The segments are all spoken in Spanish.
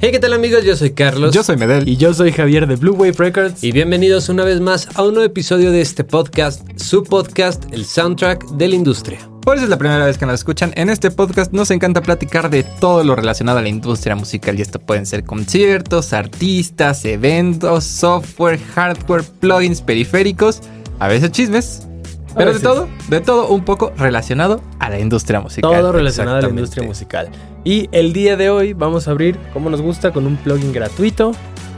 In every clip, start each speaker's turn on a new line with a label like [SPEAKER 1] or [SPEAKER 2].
[SPEAKER 1] Hey, ¿qué tal amigos? Yo soy Carlos.
[SPEAKER 2] Yo soy Medel.
[SPEAKER 3] Y yo soy Javier de Blue Wave Records.
[SPEAKER 1] Y bienvenidos una vez más a un nuevo episodio de este podcast, su podcast, el soundtrack de la industria.
[SPEAKER 2] Por si es la primera vez que nos escuchan, en este podcast nos encanta platicar de todo lo relacionado a la industria musical y esto pueden ser conciertos, artistas, eventos, software, hardware, plugins, periféricos, a veces chismes, pero de
[SPEAKER 3] veces.
[SPEAKER 2] todo, de todo un poco relacionado a la industria musical.
[SPEAKER 3] Todo relacionado a la industria
[SPEAKER 2] Exactamente.
[SPEAKER 3] musical. Y el día de hoy vamos a abrir, como nos gusta, con un plugin gratuito.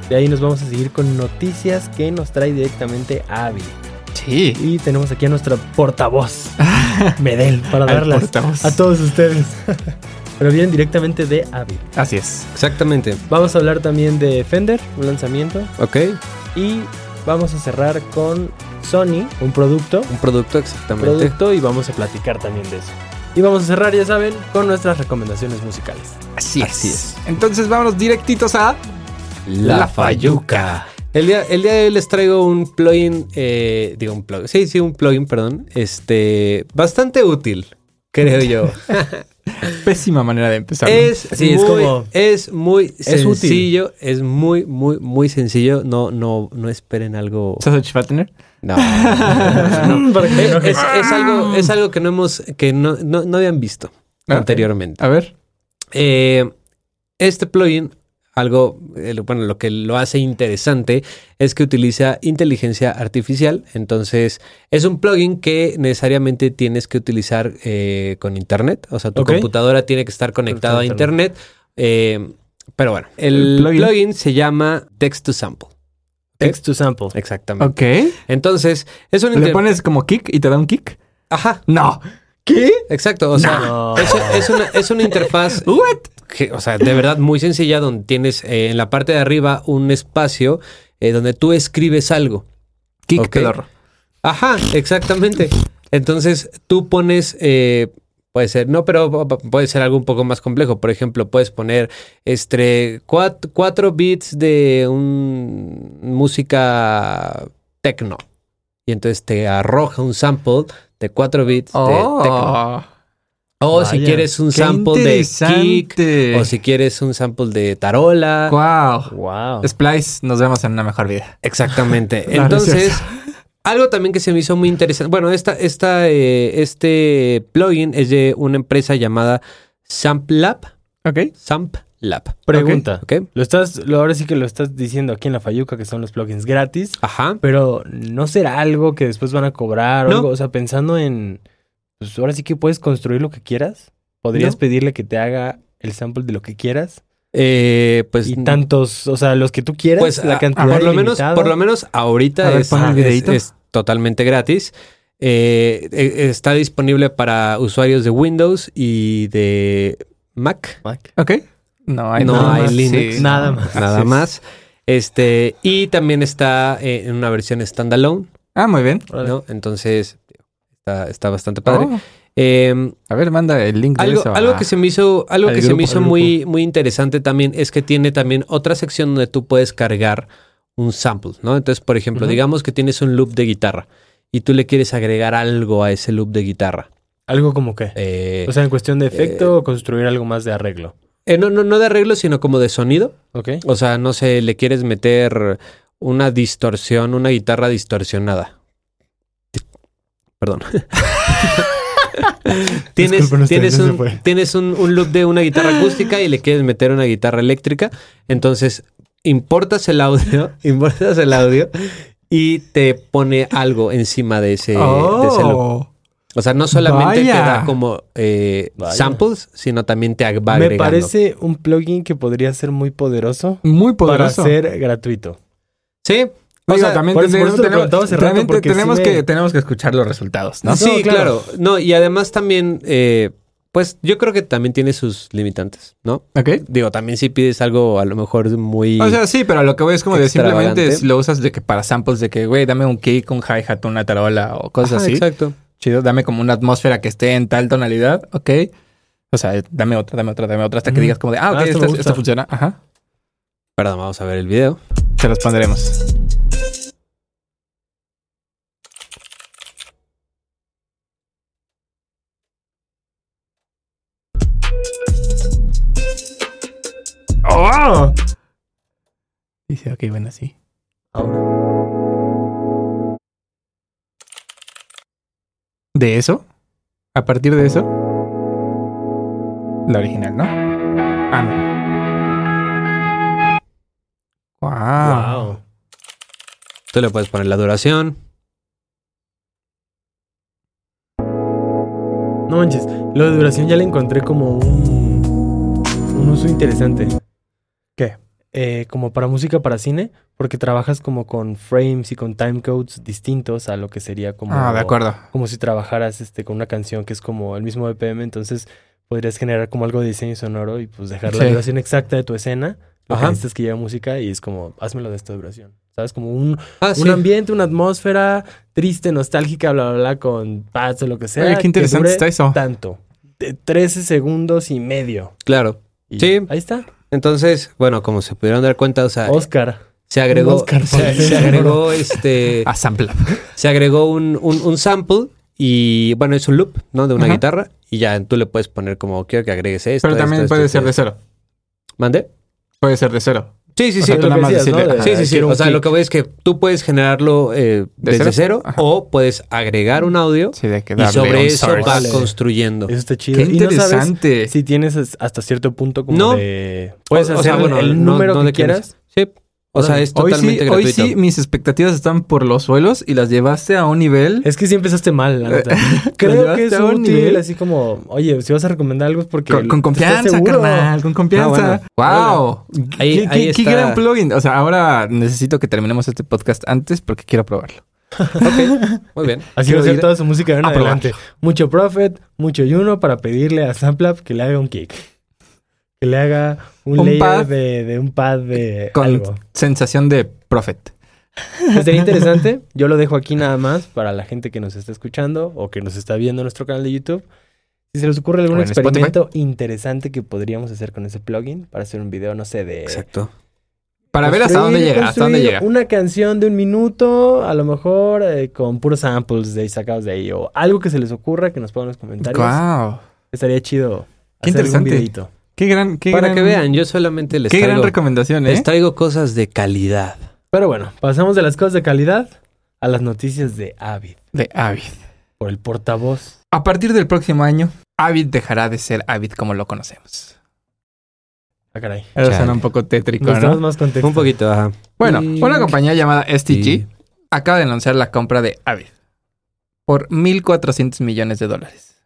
[SPEAKER 3] De ahí nos vamos a seguir con noticias que nos trae directamente Avi.
[SPEAKER 2] Sí.
[SPEAKER 3] Y tenemos aquí a nuestro portavoz, Medel, para
[SPEAKER 2] Al
[SPEAKER 3] darlas
[SPEAKER 2] portavoz.
[SPEAKER 3] a todos ustedes. Pero vienen directamente de Avi.
[SPEAKER 2] Así es.
[SPEAKER 1] Exactamente.
[SPEAKER 3] Vamos a hablar también de Fender, un lanzamiento.
[SPEAKER 1] ¿Ok?
[SPEAKER 3] Y vamos a cerrar con Sony, un producto.
[SPEAKER 1] Un producto, exactamente.
[SPEAKER 3] producto y vamos a platicar también de eso. Y vamos a cerrar, ya saben, con nuestras recomendaciones musicales.
[SPEAKER 2] Así es.
[SPEAKER 1] Así es.
[SPEAKER 2] Entonces vámonos directitos a La Fayuca.
[SPEAKER 1] El día, el día de hoy les traigo un plugin, eh, digo un plugin, sí, sí, un plugin, perdón, este, bastante útil, creo yo.
[SPEAKER 2] Pésima manera de empezar.
[SPEAKER 1] Es,
[SPEAKER 3] Sí, es
[SPEAKER 1] muy,
[SPEAKER 3] como-
[SPEAKER 1] es muy
[SPEAKER 3] Es útil.
[SPEAKER 1] sencillo, es muy, muy, muy sencillo. No, no, no esperen algo.
[SPEAKER 2] Sausage Fattener.
[SPEAKER 1] No.
[SPEAKER 3] Para que te
[SPEAKER 1] Eh,
[SPEAKER 3] enojes.
[SPEAKER 1] es, es algo, es algo que no hemos, que no, no, no habían visto
[SPEAKER 2] Ah.
[SPEAKER 1] anteriormente.
[SPEAKER 2] A ver.
[SPEAKER 1] Eh, este plugin, algo, eh, lo- bueno, lo que lo hace interesante es que utiliza inteligencia artificial. Entonces, es un plugin que necesariamente tienes que utilizar eh, con internet. O sea, tu
[SPEAKER 3] Ok.
[SPEAKER 1] computadora tiene que estar conectada a
[SPEAKER 3] Internet.
[SPEAKER 1] internet. Eh, pero bueno, el,
[SPEAKER 2] El plugin.
[SPEAKER 1] plugin. se llama Text to Sample.
[SPEAKER 3] Text to sample.
[SPEAKER 1] Exactamente.
[SPEAKER 2] Ok.
[SPEAKER 1] Entonces, es un
[SPEAKER 2] Le
[SPEAKER 1] inter-
[SPEAKER 2] pones como kick y te da un kick.
[SPEAKER 1] Ajá,
[SPEAKER 2] No. ¿Qué?
[SPEAKER 1] exacto. O sea,
[SPEAKER 3] No.
[SPEAKER 1] es, es una, es una interfaz
[SPEAKER 2] What?
[SPEAKER 1] que, o sea, de verdad muy sencilla, donde tienes eh, en la parte de arriba un espacio eh, donde tú escribes algo.
[SPEAKER 2] Kick
[SPEAKER 1] Ok.
[SPEAKER 2] pedorro.
[SPEAKER 1] Ajá, exactamente. Entonces tú pones, eh, puede ser, no, pero pu- pu- puede ser algo un poco más complejo. Por ejemplo, puedes poner este, cuat- cuatro beats de un, música techno. Y entonces te arroja un sample de cuatro beats
[SPEAKER 2] Oh.
[SPEAKER 1] de techno. O si
[SPEAKER 3] vaya,
[SPEAKER 1] quieres un
[SPEAKER 2] Qué
[SPEAKER 1] sample de kick.
[SPEAKER 2] interesante.
[SPEAKER 1] O si quieres un sample de tarola.
[SPEAKER 2] Wow.
[SPEAKER 3] Wow.
[SPEAKER 2] Splice, nos vemos en una mejor vida.
[SPEAKER 1] Exactamente.
[SPEAKER 2] No, no es
[SPEAKER 1] Entonces, algo también que se me hizo muy interesante. Bueno, esta, esta, eh, este plugin es de una empresa llamada SampLab.
[SPEAKER 2] Ok.
[SPEAKER 1] SampLab.
[SPEAKER 3] Pregunta.
[SPEAKER 1] ¿Ok?
[SPEAKER 3] Lo estás, lo, ahora sí que lo estás diciendo aquí en la Fayuca, que son los plugins gratis,
[SPEAKER 1] Ajá.
[SPEAKER 3] pero no será algo que después van a cobrar o
[SPEAKER 1] No.
[SPEAKER 3] algo. O sea, pensando en, pues ahora sí que puedes construir lo que quieras. Podrías
[SPEAKER 2] No.
[SPEAKER 3] pedirle que te haga el sample de lo que quieras.
[SPEAKER 1] Eh, pues.
[SPEAKER 3] Y tantos, o sea, los que tú quieras,
[SPEAKER 1] Pues
[SPEAKER 3] la
[SPEAKER 1] a-
[SPEAKER 3] cantidad
[SPEAKER 1] por lo menos,
[SPEAKER 3] ilimitada.
[SPEAKER 1] por lo menos ahorita
[SPEAKER 2] A ver,
[SPEAKER 1] es,
[SPEAKER 2] pon el
[SPEAKER 1] es-
[SPEAKER 2] videíto.
[SPEAKER 1] es totalmente gratis. Eh, eh, está disponible para usuarios de Windows y de Mac.
[SPEAKER 3] Mac.
[SPEAKER 2] Ok. No hay,
[SPEAKER 1] No
[SPEAKER 2] nada
[SPEAKER 1] hay
[SPEAKER 2] más.
[SPEAKER 1] Linux.
[SPEAKER 2] Sí,
[SPEAKER 3] Nada
[SPEAKER 2] no.
[SPEAKER 3] más.
[SPEAKER 1] Nada
[SPEAKER 2] Así es.
[SPEAKER 1] más. Este, y también está eh, en una versión standalone.
[SPEAKER 2] Ah, muy bien.
[SPEAKER 3] Órale.
[SPEAKER 1] ¿no? Entonces, está, está bastante padre.
[SPEAKER 2] Oh,
[SPEAKER 1] Eh,
[SPEAKER 2] a ver, manda el link de
[SPEAKER 1] algo,
[SPEAKER 2] eso a-
[SPEAKER 1] algo que se me hizo, algo
[SPEAKER 3] ah, Al
[SPEAKER 1] que se
[SPEAKER 3] grupo,
[SPEAKER 1] me hizo
[SPEAKER 3] al
[SPEAKER 1] muy, muy interesante también es que tiene también otra sección donde tú puedes cargar un sample, ¿no? Entonces, por ejemplo,
[SPEAKER 3] Ujú.
[SPEAKER 1] digamos que tienes un loop de guitarra y tú le quieres agregar algo a ese loop de guitarra.
[SPEAKER 3] Algo como que.
[SPEAKER 1] Eh,
[SPEAKER 3] O sea, en cuestión de efecto o construir algo más de arreglo.
[SPEAKER 1] eh, no, no, no de arreglo, sino como de sonido.
[SPEAKER 3] ¿Ok?
[SPEAKER 1] O sea, no sé, le quieres meter una distorsión, una guitarra distorsionada. Perdón. tienes
[SPEAKER 3] Disculpen ustedes,
[SPEAKER 1] tienes,
[SPEAKER 3] no se
[SPEAKER 1] un,
[SPEAKER 3] fue.
[SPEAKER 1] tienes un, un loop de una guitarra acústica y le quieres meter una guitarra eléctrica. Entonces, importas el audio, importas el audio y te pone algo encima de ese, de ese loop.
[SPEAKER 2] Oh.
[SPEAKER 1] O sea, no solamente te da
[SPEAKER 2] Vaya.
[SPEAKER 1] como eh,
[SPEAKER 3] Vaya.
[SPEAKER 1] samples, sino también te ag- va
[SPEAKER 3] Me
[SPEAKER 1] agregando.
[SPEAKER 3] parece un plugin que podría ser muy poderoso,
[SPEAKER 2] Muy poderoso.
[SPEAKER 3] para ser gratuito.
[SPEAKER 1] Sí. O
[SPEAKER 2] Digo,
[SPEAKER 1] sea,
[SPEAKER 2] también
[SPEAKER 3] por eso- por
[SPEAKER 2] tenemos,
[SPEAKER 3] eso te lo
[SPEAKER 2] tenemos-
[SPEAKER 3] preguntaba hace rato,
[SPEAKER 2] también te-
[SPEAKER 3] porque sí
[SPEAKER 2] tenemos
[SPEAKER 3] me-
[SPEAKER 2] que, tenemos que escuchar los resultados, ¿no?
[SPEAKER 1] Sí,
[SPEAKER 3] No,
[SPEAKER 1] claro.
[SPEAKER 3] claro.
[SPEAKER 1] No, y además también, eh, pues yo creo que también tiene sus limitantes, ¿no?
[SPEAKER 2] Ok.
[SPEAKER 1] Digo, también si pides algo a lo mejor muy...
[SPEAKER 2] O sea, sí, pero a lo que voy es como de simplemente
[SPEAKER 1] Extravagante.
[SPEAKER 2] es- lo usas de que para samples de que, güey, dame un kick, un hi-hat, una tarola o cosas
[SPEAKER 1] Ajá,
[SPEAKER 2] así.
[SPEAKER 1] Exacto.
[SPEAKER 2] chido, dame como una atmósfera que esté en tal tonalidad, ok. O sea, dame otra, dame otra, dame otra, hasta que
[SPEAKER 3] Ujú.
[SPEAKER 2] digas como de, ah, ok,
[SPEAKER 3] Ah, esto me
[SPEAKER 2] esta,
[SPEAKER 3] gusta.
[SPEAKER 2] esta funciona, ajá.
[SPEAKER 1] Perdón, vamos a ver el video.
[SPEAKER 2] Se los pondremos.
[SPEAKER 3] Oh,
[SPEAKER 2] Dice, ok, bueno, sí.
[SPEAKER 1] Ah.
[SPEAKER 3] Ahora.
[SPEAKER 2] ¿De eso? ¿A partir de eso? La original, ¿no? Ah, no. Wow.
[SPEAKER 3] Wow.
[SPEAKER 1] Tú le puedes poner la duración.
[SPEAKER 3] No manches, lo de duración ya le encontré como un, un uso interesante.
[SPEAKER 2] ¿Qué?
[SPEAKER 3] Eh, como para música para cine, porque trabajas como con frames y con timecodes distintos a lo que sería como...
[SPEAKER 2] Ah, de acuerdo.
[SPEAKER 3] Como si trabajaras este, con una canción que es como el mismo BPM, entonces podrías generar como algo de diseño sonoro y pues dejar la
[SPEAKER 2] Sí.
[SPEAKER 3] duración exacta de tu escena. Lo que
[SPEAKER 1] Ajá.
[SPEAKER 3] necesitas es que lleve música y es como, házmelo de esta duración. ¿Sabes? Como un,
[SPEAKER 1] Ah, sí.
[SPEAKER 3] un ambiente, una atmósfera triste, nostálgica, bla, bla, bla, con pads o lo que sea.
[SPEAKER 2] Oye,
[SPEAKER 3] que
[SPEAKER 2] qué interesante
[SPEAKER 3] dure
[SPEAKER 2] está eso.
[SPEAKER 3] tanto. De 13 segundos y medio.
[SPEAKER 1] Claro.
[SPEAKER 3] Y
[SPEAKER 1] Sí.
[SPEAKER 3] Ahí está.
[SPEAKER 1] Entonces, bueno, como se pudieron dar cuenta, o sea,
[SPEAKER 3] Oscar.
[SPEAKER 1] se agregó,
[SPEAKER 3] Oscar,
[SPEAKER 1] se,
[SPEAKER 3] sí.
[SPEAKER 1] se agregó este,
[SPEAKER 2] A sample.
[SPEAKER 1] se agregó un, un- un sample y bueno, es un loop, ¿no? De una
[SPEAKER 2] Ajá.
[SPEAKER 1] guitarra y ya tú le puedes poner como quiero que agregues esto.
[SPEAKER 2] Pero
[SPEAKER 1] esto,
[SPEAKER 2] también
[SPEAKER 1] esto,
[SPEAKER 2] puede
[SPEAKER 1] esto,
[SPEAKER 2] ser de
[SPEAKER 1] esto".
[SPEAKER 2] cero.
[SPEAKER 1] ¿Mande?
[SPEAKER 2] Puede ser de cero.
[SPEAKER 1] Sí, sí,
[SPEAKER 2] O
[SPEAKER 1] sí.
[SPEAKER 2] sea, tú
[SPEAKER 3] lo
[SPEAKER 2] nada
[SPEAKER 3] que
[SPEAKER 2] más
[SPEAKER 3] decías,
[SPEAKER 2] decirle,
[SPEAKER 3] ¿no? De-
[SPEAKER 2] ajá,
[SPEAKER 1] Sí, sí, sí.
[SPEAKER 3] quiero
[SPEAKER 1] O
[SPEAKER 3] un
[SPEAKER 1] sea, lo
[SPEAKER 3] click.
[SPEAKER 1] Ah, que voy es que tú puedes generarlo eh,
[SPEAKER 2] ¿De
[SPEAKER 1] desde
[SPEAKER 2] cero?
[SPEAKER 1] cero,
[SPEAKER 2] Ajá.
[SPEAKER 1] o puedes agregar un audio
[SPEAKER 2] Sí, de que
[SPEAKER 1] y
[SPEAKER 2] darle un
[SPEAKER 1] sobre eso
[SPEAKER 2] source.
[SPEAKER 1] va
[SPEAKER 3] Vale.
[SPEAKER 1] construyendo.
[SPEAKER 3] Eso está chido.
[SPEAKER 2] Qué
[SPEAKER 3] Y no sabes
[SPEAKER 2] interesante.
[SPEAKER 3] si tienes as- hasta cierto punto como
[SPEAKER 1] No.
[SPEAKER 3] de... Puedes
[SPEAKER 1] O- o
[SPEAKER 3] hacer
[SPEAKER 1] sea, bueno,
[SPEAKER 3] el
[SPEAKER 1] no-
[SPEAKER 3] número
[SPEAKER 1] no
[SPEAKER 3] que
[SPEAKER 1] de
[SPEAKER 3] quieras.
[SPEAKER 1] Sí. O sea, es
[SPEAKER 2] Hoy sí,
[SPEAKER 1] totalmente
[SPEAKER 2] hoy
[SPEAKER 1] gratuito.
[SPEAKER 2] sí mis expectativas están por los suelos y las llevaste a un nivel.
[SPEAKER 3] Es que sí empezaste mal, la neta. Creo
[SPEAKER 2] llevaste
[SPEAKER 3] que es
[SPEAKER 2] a un
[SPEAKER 3] útil,
[SPEAKER 2] nivel.
[SPEAKER 3] así como... Oye, si vas a recomendar algo es porque...
[SPEAKER 2] con, con
[SPEAKER 3] te estás
[SPEAKER 2] confianza,
[SPEAKER 3] seguro.
[SPEAKER 2] carnal, con confianza.
[SPEAKER 1] Ah, bueno.
[SPEAKER 2] ¡Wow!
[SPEAKER 1] Ahí- ahí
[SPEAKER 2] ¿Qué, qué- qué
[SPEAKER 1] está.
[SPEAKER 2] gran plugin! O sea, ahora necesito que terminemos este podcast antes porque quiero probarlo.
[SPEAKER 1] Muy bien.
[SPEAKER 3] Así va
[SPEAKER 2] Quiero
[SPEAKER 3] a ser
[SPEAKER 2] ir
[SPEAKER 3] toda su música de ahora
[SPEAKER 2] a
[SPEAKER 3] en adelante. Mucho Prophet, mucho Juno para pedirle a Samplab que le haga un kick. Que le haga un,
[SPEAKER 2] Un
[SPEAKER 3] layer
[SPEAKER 2] pad.
[SPEAKER 3] de, de un pad de
[SPEAKER 2] Con
[SPEAKER 3] algo.
[SPEAKER 2] sensación de profit.
[SPEAKER 3] Pues Sería interesante. Yo lo dejo aquí nada más para la gente que nos está escuchando o que nos está viendo en nuestro canal de YouTube. Si se les ocurre algún
[SPEAKER 2] O en
[SPEAKER 3] experimento interesante que podríamos hacer con ese plugin para hacer un video, no sé, de...
[SPEAKER 1] Exacto.
[SPEAKER 2] Para ver hasta dónde
[SPEAKER 3] construir-
[SPEAKER 2] llega, hasta dónde
[SPEAKER 3] construir
[SPEAKER 2] llega.
[SPEAKER 3] Una canción de un minuto, a lo mejor eh, con puros samples de ahí sacados de ahí o algo que se les ocurra que nos pongan en los comentarios.
[SPEAKER 2] ¡Wow!
[SPEAKER 3] Estaría chido
[SPEAKER 2] Qué
[SPEAKER 3] hacer algún
[SPEAKER 2] interesante.
[SPEAKER 3] videito.
[SPEAKER 2] ¡Qué gran, qué
[SPEAKER 1] Para
[SPEAKER 2] gran-
[SPEAKER 1] que vean, yo solamente les
[SPEAKER 2] ¡Qué gran
[SPEAKER 1] traigo,
[SPEAKER 2] recomendación, eh!
[SPEAKER 1] les traigo cosas de calidad.
[SPEAKER 3] Pero bueno, pasamos de las cosas de calidad a las noticias de Avid
[SPEAKER 2] De Avid.
[SPEAKER 3] por el portavoz.
[SPEAKER 2] A partir del próximo año, Avid dejará de ser Avid como lo conocemos.
[SPEAKER 3] Ah, caray.
[SPEAKER 2] Eso
[SPEAKER 1] Chale.
[SPEAKER 2] suena un poco tétrico,
[SPEAKER 3] Necesitamos
[SPEAKER 2] ¿no?
[SPEAKER 3] más contexto.
[SPEAKER 1] Un poquito, ajá.
[SPEAKER 2] Bueno,
[SPEAKER 1] Y-
[SPEAKER 2] una compañía llamada STG
[SPEAKER 1] Y-
[SPEAKER 2] acaba de anunciar la compra de Avid por 1.400 millones de dólares.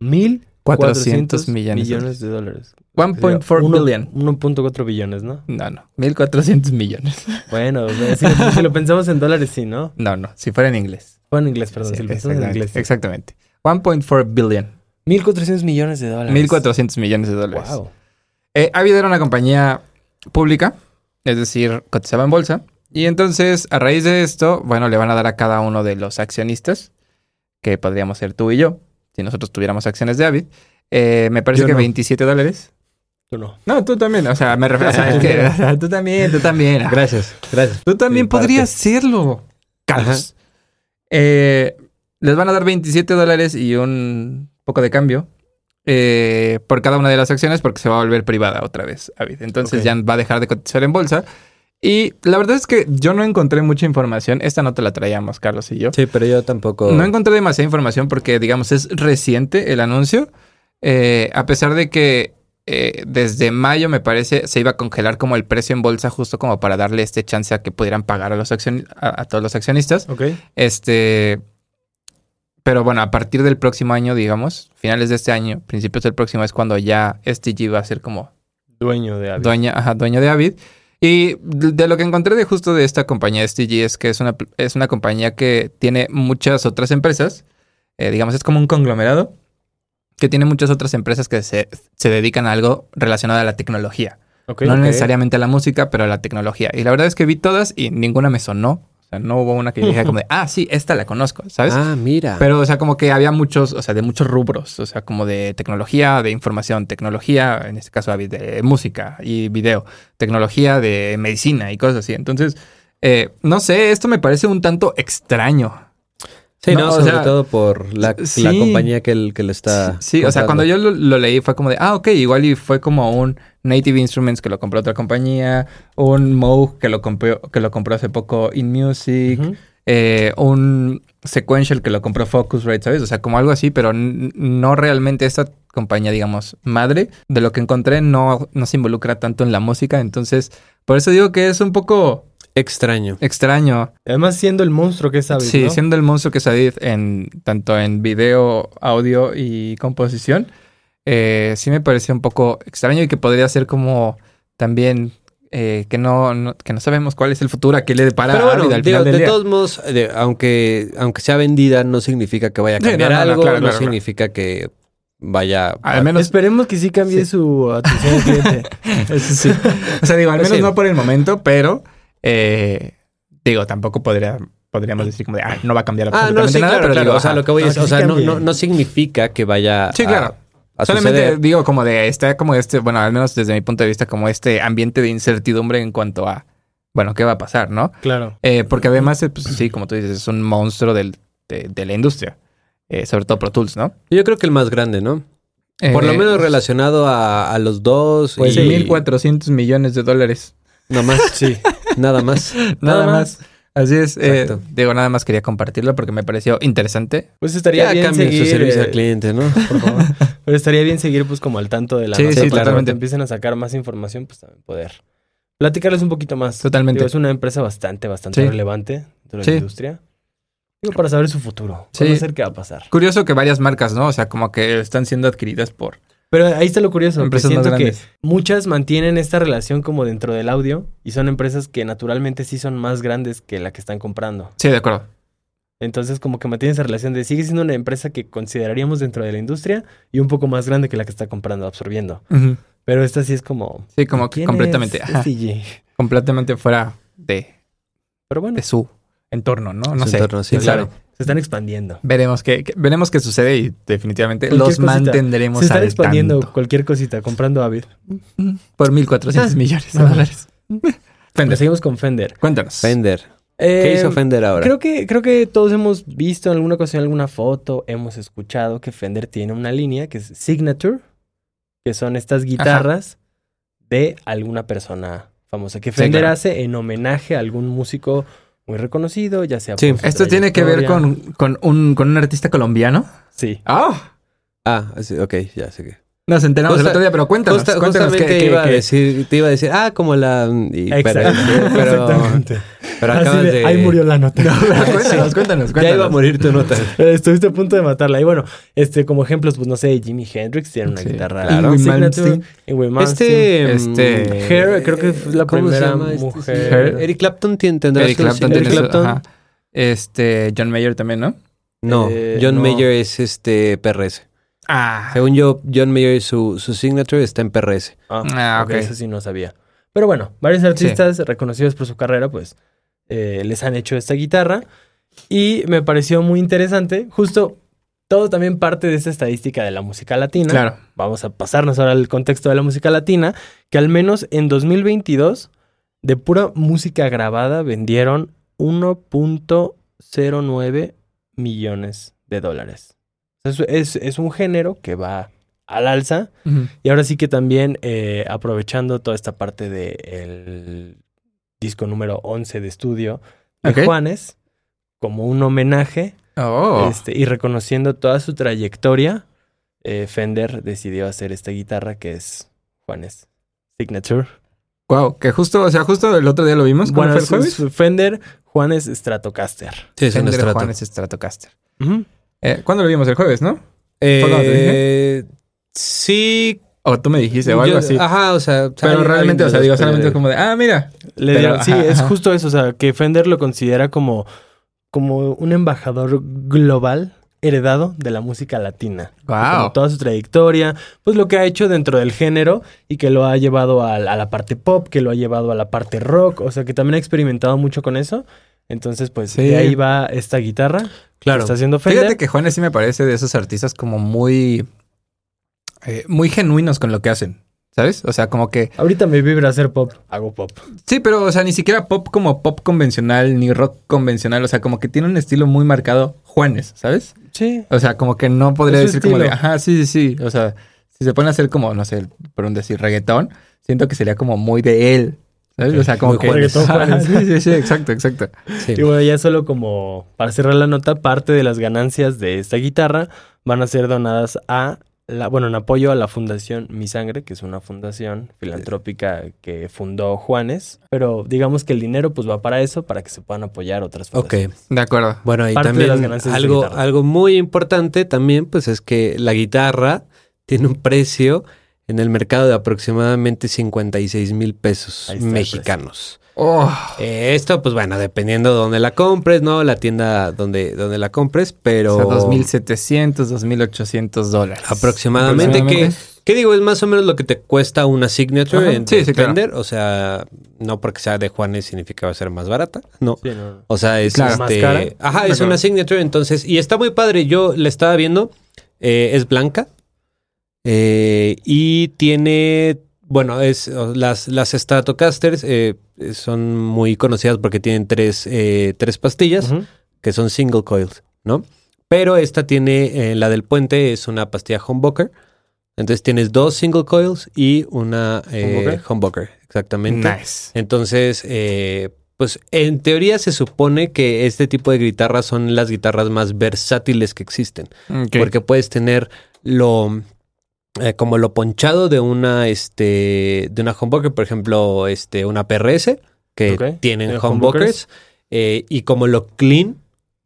[SPEAKER 3] 1.400
[SPEAKER 2] 400 millones de
[SPEAKER 3] millones de dólares.
[SPEAKER 2] 1.4
[SPEAKER 3] Uno-
[SPEAKER 2] billion.
[SPEAKER 3] 1.4 billones, ¿no?
[SPEAKER 2] No, no. 1.400 millones.
[SPEAKER 3] Bueno, o sea, si, lo- si lo pensamos en dólares, sí, ¿no?
[SPEAKER 2] No, no. Si fuera en inglés.
[SPEAKER 3] Bueno, en inglés, perdón.
[SPEAKER 2] Sí,
[SPEAKER 3] si lo pensamos en inglés. sí.
[SPEAKER 2] Exactamente. 1.4 billion.
[SPEAKER 3] 1.400 millones de dólares.
[SPEAKER 2] 1.400 millones de dólares.
[SPEAKER 3] Ah, Wow.
[SPEAKER 2] Eh, Avid era una compañía pública, es decir, cotizaba en bolsa. Y entonces, a raíz de esto, bueno, le van a dar a cada uno de los accionistas, que podríamos ser tú y yo, si nosotros tuviéramos acciones de Avid. eh, me parece
[SPEAKER 3] Yo
[SPEAKER 2] que
[SPEAKER 3] no.
[SPEAKER 2] 27 dólares.
[SPEAKER 3] Tú no.
[SPEAKER 2] No, tú también. O sea, me refiero. o sea, es que- o sea, tú también, tú también. Ah,
[SPEAKER 1] Gracias, gracias.
[SPEAKER 2] Tú también
[SPEAKER 1] Mi parte.
[SPEAKER 2] podrías serlo, Carlos. Eh, les van a dar 27 dólares y un poco de cambio eh, por cada una de las acciones porque se va a volver privada otra vez, Avid. Entonces
[SPEAKER 3] Ok.
[SPEAKER 2] ya va a dejar de cotizar en bolsa. Y la verdad es que yo no encontré mucha información. Esta no te la traíamos, Carlos y yo.
[SPEAKER 1] Sí, pero yo tampoco.
[SPEAKER 2] No encontré demasiada información porque, digamos, es reciente el anuncio. Eh, a pesar de que eh, desde mayo, me parece, se iba a congelar como el precio en bolsa, justo como para darle este chance a que pudieran pagar a, los accion- a, a todos los accionistas.
[SPEAKER 3] Ok.
[SPEAKER 2] Este. Pero bueno, a partir del próximo año, digamos, finales de este año, principios del próximo, es cuando ya STG va a ser como
[SPEAKER 3] Dueño de Avid.
[SPEAKER 2] Dueña, ajá, dueña de Avid. Y de de lo que encontré de justo de esta compañía STG es que es una, pl- es una compañía que tiene muchas otras empresas. Eh, digamos, es como un conglomerado que tiene muchas otras empresas que se, se dedican a algo relacionado a la tecnología.
[SPEAKER 3] Ok,
[SPEAKER 2] no
[SPEAKER 3] ok.
[SPEAKER 2] necesariamente a la música, pero a la tecnología. Y la verdad es que vi todas y ninguna me sonó. O sea, no hubo una que yo dijera como de, ah, sí, esta la conozco, ¿sabes?
[SPEAKER 1] Ah, mira.
[SPEAKER 2] Pero, o sea, como que había muchos, o sea, de muchos rubros, o sea, como de tecnología, de información, tecnología, en este caso David, de música y video, tecnología de medicina y cosas así. Entonces, eh, no sé, esto me parece un tanto extraño.
[SPEAKER 1] Sí, no,
[SPEAKER 2] o
[SPEAKER 1] sobre
[SPEAKER 2] sea,
[SPEAKER 1] todo por la,
[SPEAKER 2] sí.
[SPEAKER 1] la compañía que, el, que lo está.
[SPEAKER 2] Sí, o
[SPEAKER 1] comprando.
[SPEAKER 2] sea, cuando yo lo, lo leí fue como de, ah, ok, igual y fue como un Native Instruments que lo compró otra compañía, un Moog que lo compró, que lo compró hace poco In Music,
[SPEAKER 3] Ujú.
[SPEAKER 2] eh, un Sequential que lo compró Focusrite, ¿sabes? O sea, como algo así, pero n- no realmente esta compañía, digamos, madre, de lo que encontré no, no se involucra tanto en la música, entonces, por eso digo que es un poco
[SPEAKER 1] Extraño.
[SPEAKER 2] extraño.
[SPEAKER 3] Además, siendo el monstruo que sabes,
[SPEAKER 2] Sí,
[SPEAKER 3] ¿no?
[SPEAKER 2] siendo el monstruo que es Adif en tanto en video, audio y composición, eh, sí me parecía un poco extraño y que podría ser como también eh, que no, no- que no sabemos cuál es el futuro a qué le depara
[SPEAKER 1] Pero
[SPEAKER 2] a
[SPEAKER 1] bueno,
[SPEAKER 2] Avid al
[SPEAKER 1] digo,
[SPEAKER 2] final del
[SPEAKER 1] de
[SPEAKER 2] día.
[SPEAKER 1] todos modos, de- aunque, aunque sea vendida, no significa que vaya a
[SPEAKER 2] Sí, no,
[SPEAKER 1] cambiar
[SPEAKER 2] no, no,
[SPEAKER 1] algo, no,
[SPEAKER 2] claro, claro, Ah, claro.
[SPEAKER 1] significa que vaya.
[SPEAKER 2] Al menos,
[SPEAKER 3] Esperemos que sí cambie su atención al cliente. Eso sí.
[SPEAKER 2] o sea, digo, al
[SPEAKER 1] Pues
[SPEAKER 2] menos
[SPEAKER 1] sí.
[SPEAKER 2] no por el momento, pero eh, digo, tampoco podría, podríamos decir como de, ah, no va a cambiar
[SPEAKER 1] Ah, no,
[SPEAKER 2] absolutamente
[SPEAKER 1] sí,
[SPEAKER 2] nada,
[SPEAKER 1] claro,
[SPEAKER 2] pero
[SPEAKER 1] claro.
[SPEAKER 2] digo,
[SPEAKER 1] o sea,
[SPEAKER 2] ajá.
[SPEAKER 1] lo que voy
[SPEAKER 3] Ah,
[SPEAKER 1] es,
[SPEAKER 3] que
[SPEAKER 1] o
[SPEAKER 3] sí
[SPEAKER 1] sea, no,
[SPEAKER 3] cambie.
[SPEAKER 1] no, no significa que vaya
[SPEAKER 2] Sí,
[SPEAKER 1] a-
[SPEAKER 2] claro.
[SPEAKER 1] a,
[SPEAKER 2] Solamente
[SPEAKER 1] suceder.
[SPEAKER 2] digo como de, está como este, bueno, al menos desde mi punto de vista, como este ambiente de incertidumbre en cuanto a, bueno, ¿qué va a pasar, no?
[SPEAKER 3] Claro.
[SPEAKER 2] Eh, porque además, eh, pues, sí, como tú dices, es un monstruo del, de, de la industria, Eh, sobre todo Pro Tools, ¿no?
[SPEAKER 1] Yo creo que el más grande, ¿no? Por lo
[SPEAKER 2] Eh,
[SPEAKER 1] menos relacionado a, a los dos.
[SPEAKER 2] pues,
[SPEAKER 1] y
[SPEAKER 2] 1.400 millones de dólares.
[SPEAKER 1] Nada más.
[SPEAKER 3] Sí.
[SPEAKER 1] Nada más.
[SPEAKER 2] Nada más. Así es. eh,
[SPEAKER 1] Exacto.
[SPEAKER 2] digo, nada más quería compartirlo porque me pareció interesante.
[SPEAKER 3] Pues estaría
[SPEAKER 1] Ya
[SPEAKER 3] bien
[SPEAKER 1] cambien
[SPEAKER 3] seguir,
[SPEAKER 1] su servicio
[SPEAKER 3] eh,
[SPEAKER 1] al cliente, ¿no?
[SPEAKER 3] por favor. Pero estaría bien seguir pues como al tanto de la
[SPEAKER 2] Sí,
[SPEAKER 3] nota,
[SPEAKER 2] sí,
[SPEAKER 3] para cuando
[SPEAKER 2] totalmente.
[SPEAKER 3] empiecen a sacar más información, pues también poder platicarles un poquito más.
[SPEAKER 2] Totalmente.
[SPEAKER 3] Digo, es una empresa bastante, bastante
[SPEAKER 2] Sí.
[SPEAKER 3] relevante dentro de
[SPEAKER 2] Sí.
[SPEAKER 3] la industria. Digo, para saber su futuro,
[SPEAKER 2] Sí.
[SPEAKER 3] conocer qué va a pasar.
[SPEAKER 2] Curioso que varias marcas, ¿no? O sea, como que están siendo adquiridas por
[SPEAKER 3] Pero ahí está lo curioso, que
[SPEAKER 2] empresas más
[SPEAKER 3] siento que
[SPEAKER 2] grandes.
[SPEAKER 3] muchas mantienen esta relación como dentro del audio y son empresas que naturalmente sí son más grandes que la que están comprando.
[SPEAKER 2] Sí, de acuerdo.
[SPEAKER 3] Entonces como que mantienen esa relación de sigue siendo una empresa que consideraríamos dentro de la industria y un poco más grande que la que está comprando, absorbiendo.
[SPEAKER 2] Ujú.
[SPEAKER 3] Pero esta sí es como...
[SPEAKER 2] Sí, como que
[SPEAKER 3] ¿quién
[SPEAKER 2] completamente.
[SPEAKER 3] es
[SPEAKER 2] ajá.
[SPEAKER 3] SG?
[SPEAKER 2] completamente fuera de,
[SPEAKER 3] Pero bueno,
[SPEAKER 2] de su entorno, ¿no? No
[SPEAKER 1] Su
[SPEAKER 2] sé.
[SPEAKER 1] entorno, sí,
[SPEAKER 2] quién
[SPEAKER 1] claro.
[SPEAKER 2] sabe.
[SPEAKER 3] se están expandiendo.
[SPEAKER 2] Veremos qué, qué- veremos qué sucede y definitivamente
[SPEAKER 3] Cualquier
[SPEAKER 2] los
[SPEAKER 3] cosita.
[SPEAKER 2] mantendremos
[SPEAKER 3] Se están
[SPEAKER 2] al
[SPEAKER 3] expandiendo
[SPEAKER 2] tanto.
[SPEAKER 3] cualquier cosita, comprando Avid.
[SPEAKER 2] por
[SPEAKER 1] Ah.
[SPEAKER 2] 1400 millones de
[SPEAKER 3] Ajá.
[SPEAKER 2] dólares.
[SPEAKER 3] Pero
[SPEAKER 2] Fender,
[SPEAKER 3] seguimos con Fender.
[SPEAKER 2] cuéntanos.
[SPEAKER 1] Fender. ¿Qué
[SPEAKER 3] Eh,
[SPEAKER 1] hizo Fender ahora?
[SPEAKER 3] Creo que, creo que todos hemos visto en alguna ocasión alguna foto, hemos escuchado que Fender tiene una línea que es Signature, que son estas guitarras de alguna persona famosa, que
[SPEAKER 2] Sí,
[SPEAKER 3] Fender
[SPEAKER 2] claro.
[SPEAKER 3] hace en homenaje a algún músico muy reconocido, ya sea...
[SPEAKER 1] Sí.
[SPEAKER 3] por su
[SPEAKER 2] Esto tiene que ver
[SPEAKER 3] trayectoria.
[SPEAKER 2] con, con un, con un artista colombiano.
[SPEAKER 3] Sí.
[SPEAKER 2] Ah,
[SPEAKER 1] Ah, sí, ok, ya sé que.
[SPEAKER 2] nos enteramos el
[SPEAKER 1] Justa-
[SPEAKER 2] otro día, pero cuéntanos.
[SPEAKER 1] Justa-
[SPEAKER 2] cuéntanos
[SPEAKER 1] justamente
[SPEAKER 2] qué- qué-
[SPEAKER 1] iba a
[SPEAKER 2] qué-
[SPEAKER 1] decir, te iba a decir, ah, como la. y- pero,
[SPEAKER 3] Exacto.
[SPEAKER 1] pero,
[SPEAKER 3] Exactamente.
[SPEAKER 1] pero
[SPEAKER 3] Así
[SPEAKER 1] acabas
[SPEAKER 3] de,
[SPEAKER 1] de,
[SPEAKER 3] Ahí murió la nota.
[SPEAKER 2] Pero cuéntanos, cuéntanos,
[SPEAKER 1] Ya iba a
[SPEAKER 2] cuéntanos.
[SPEAKER 1] morir tu nota.
[SPEAKER 3] Eh, Estuviste a punto de matarla. Y bueno, este, como ejemplos, pues no sé, Jimi Hendrix tiene una
[SPEAKER 2] Sí,
[SPEAKER 3] guitarra.
[SPEAKER 2] claro.
[SPEAKER 3] Ingrid
[SPEAKER 2] Ingrid
[SPEAKER 3] Malmsteen.
[SPEAKER 2] Malmsteen.
[SPEAKER 3] Ingrid Malmsteen.
[SPEAKER 1] Este.
[SPEAKER 2] Este-
[SPEAKER 3] Hair, creo que fue la
[SPEAKER 1] ¿cómo se
[SPEAKER 3] primera
[SPEAKER 1] llama este?
[SPEAKER 3] mujer.
[SPEAKER 1] Hair. Eric Clapton tien- tendrá
[SPEAKER 2] Eric
[SPEAKER 1] su-
[SPEAKER 2] Clapton.
[SPEAKER 1] Eric
[SPEAKER 2] tiene su-
[SPEAKER 1] Clapton.
[SPEAKER 2] ajá. Este, John Mayer también, ¿no?
[SPEAKER 1] No,
[SPEAKER 3] Eh,
[SPEAKER 1] John
[SPEAKER 3] no.
[SPEAKER 1] Mayer es este PRS.
[SPEAKER 2] Ah,
[SPEAKER 1] Según yo, John Mayer, su, su signature está en PRS.
[SPEAKER 3] Ah,
[SPEAKER 2] Ah,
[SPEAKER 3] ok,
[SPEAKER 2] ok.
[SPEAKER 3] Eso sí no sabía. Pero bueno, varios artistas reconocidos por su carrera, pues eh, les han hecho esta guitarra. Y me pareció muy interesante. Justo todo también parte de esta estadística de la música latina.
[SPEAKER 2] claro.
[SPEAKER 3] Vamos a pasarnos ahora al contexto de la música latina. Que al menos en 2022, de pura música grabada, vendieron 1.09 millones de dólares. Es, es, es un género que va al alza.
[SPEAKER 2] Ujú.
[SPEAKER 3] Y ahora sí que también eh, aprovechando toda esta parte del disco número 11 de estudio de
[SPEAKER 2] Ok.
[SPEAKER 3] Juanes, como un homenaje
[SPEAKER 2] Oh.
[SPEAKER 3] este, y reconociendo toda su trayectoria, eh, Fender decidió hacer esta guitarra que es Juanes Signature.
[SPEAKER 2] Wow, que justo, o sea, justo el otro día lo vimos. ¿Cuándo
[SPEAKER 3] Bueno,
[SPEAKER 2] fue el jueves?
[SPEAKER 3] su- su Fender Juanes Stratocaster.
[SPEAKER 1] Sí, es un
[SPEAKER 2] Fender
[SPEAKER 1] estrato.
[SPEAKER 2] Juanes Stratocaster. Eh, ¿Cuándo lo vimos? El jueves, ¿no?
[SPEAKER 1] Eh,
[SPEAKER 2] ¿Fue cuando te
[SPEAKER 1] sí.
[SPEAKER 2] O tú me dijiste o algo
[SPEAKER 1] yo-
[SPEAKER 2] así.
[SPEAKER 1] Ajá, o sea.
[SPEAKER 2] pero
[SPEAKER 1] alguien- alguien
[SPEAKER 2] realmente, o sea,
[SPEAKER 1] de
[SPEAKER 2] digo,
[SPEAKER 1] los
[SPEAKER 2] solamente
[SPEAKER 1] pioneros.
[SPEAKER 2] es como de, ah, mira.
[SPEAKER 3] Le
[SPEAKER 2] Pero,
[SPEAKER 3] dieron- sí,
[SPEAKER 2] ajá,
[SPEAKER 3] es
[SPEAKER 2] ajá.
[SPEAKER 3] justo eso, o sea, que Fender lo considera como, como un embajador global heredado de la música latina. Como
[SPEAKER 2] Wow.
[SPEAKER 3] toda su trayectoria, pues lo que ha hecho dentro del género y que lo ha llevado a, la- a la parte pop, que lo ha llevado a la parte rock, o sea, que también ha experimentado mucho con eso. Entonces, pues
[SPEAKER 2] Sí.
[SPEAKER 3] de ahí va esta guitarra que
[SPEAKER 1] Claro.
[SPEAKER 3] está haciendo
[SPEAKER 2] Fíjate
[SPEAKER 3] Fender.
[SPEAKER 2] que Juanes sí me parece de esos artistas como muy. eh, muy genuinos con lo que hacen. ¿Sabes? O sea, como que.
[SPEAKER 3] Ahorita me vibra hacer pop, hago pop.
[SPEAKER 2] Sí, pero, o sea, ni siquiera pop como pop convencional, ni rock convencional. O sea, como que tiene un estilo muy marcado Juanes, ¿sabes?
[SPEAKER 3] Sí.
[SPEAKER 2] O sea, como que no podría
[SPEAKER 3] Es su
[SPEAKER 2] decir como de,
[SPEAKER 3] estilo.
[SPEAKER 2] ajá, sí, sí, sí. O sea, si se pone a hacer como, no sé, por un decir reggaetón, siento que sería como muy de él. ¿Sabes?
[SPEAKER 1] Ok,
[SPEAKER 2] o sea, como
[SPEAKER 1] muy
[SPEAKER 2] que.
[SPEAKER 3] Juanes.
[SPEAKER 2] Ajá, sí, sí, sí, exacto, exacto.
[SPEAKER 1] Sí.
[SPEAKER 3] Y bueno, ya solo como para cerrar la nota, parte de las ganancias de esta guitarra van a ser donadas a la, bueno, en apoyo a la Fundación Mi Sangre, que es una fundación filantrópica que fundó Juanes, pero digamos que el dinero pues va para eso, para que se puedan apoyar otras
[SPEAKER 1] Ok.
[SPEAKER 3] fundaciones.
[SPEAKER 2] De acuerdo.
[SPEAKER 1] Bueno, y
[SPEAKER 3] Parte de
[SPEAKER 1] también
[SPEAKER 3] las ganancias de su
[SPEAKER 1] algo,
[SPEAKER 3] guitarra.
[SPEAKER 1] algo muy importante también, pues es que la guitarra tiene un precio en el mercado de aproximadamente 56 mil pesos
[SPEAKER 3] Ahí está el
[SPEAKER 1] mexicanos.
[SPEAKER 2] Oh,
[SPEAKER 1] Eh, esto, pues bueno, dependiendo de dónde la compres, ¿no? La tienda donde, donde la compres, pero...
[SPEAKER 2] O sea, 2.700, 2.800 dólares.
[SPEAKER 1] Aproximadamente,
[SPEAKER 2] Aproximadamente.
[SPEAKER 1] que, que digo, es más o menos lo que te cuesta una signature
[SPEAKER 2] Ajá,
[SPEAKER 1] en
[SPEAKER 2] sí, sí, claro.
[SPEAKER 1] Fender. O sea, no porque sea de Juanes significa va a ser más barata, no.
[SPEAKER 3] Sí, no, no.
[SPEAKER 1] O sea, es
[SPEAKER 2] Claro.
[SPEAKER 1] este-
[SPEAKER 3] Más cara.
[SPEAKER 1] Ajá,
[SPEAKER 2] De
[SPEAKER 1] es una
[SPEAKER 2] acuerdo.
[SPEAKER 1] signature, entonces. Y está muy padre. Yo la estaba viendo. eh, es blanca. eh, y tiene. Bueno, es o, las, las Stratocasters eh, son muy conocidas porque tienen tres, eh, tres pastillas
[SPEAKER 3] Ujú.
[SPEAKER 1] que son single coils, ¿no? Pero esta tiene, eh, la del puente es una pastilla humbucker. Entonces tienes dos single coils y una eh,
[SPEAKER 3] ¿Humbucker?
[SPEAKER 1] humbucker, exactamente.
[SPEAKER 2] Nice.
[SPEAKER 1] Entonces, eh, pues en teoría se supone que este tipo de guitarras son las guitarras más versátiles que existen.
[SPEAKER 2] Ok.
[SPEAKER 1] Porque puedes tener lo eh, como lo ponchado de una este de una humbucker, por ejemplo, este una PRS que
[SPEAKER 3] Ok.
[SPEAKER 1] tienen
[SPEAKER 3] Eh,
[SPEAKER 1] humbuckers eh, y como lo clean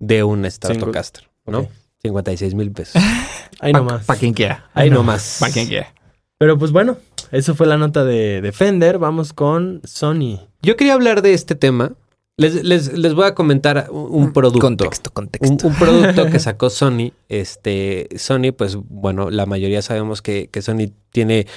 [SPEAKER 1] de una Stratocaster, ¿no?
[SPEAKER 3] Ok.
[SPEAKER 1] 56 mil pesos.
[SPEAKER 3] Ahí nomás.
[SPEAKER 2] Para quien quiera.
[SPEAKER 1] Ahí
[SPEAKER 3] no.
[SPEAKER 1] nomás.
[SPEAKER 2] Para quien quiera.
[SPEAKER 3] Pero pues bueno, eso fue la nota de, de Fender. Vamos con Sony.
[SPEAKER 1] Yo quería hablar de este tema. Les, les, les voy a comentar un un producto.
[SPEAKER 2] Contexto, contexto.
[SPEAKER 1] Un, un producto que sacó Sony. Este, Sony, pues bueno, la mayoría sabemos que, que Sony tiene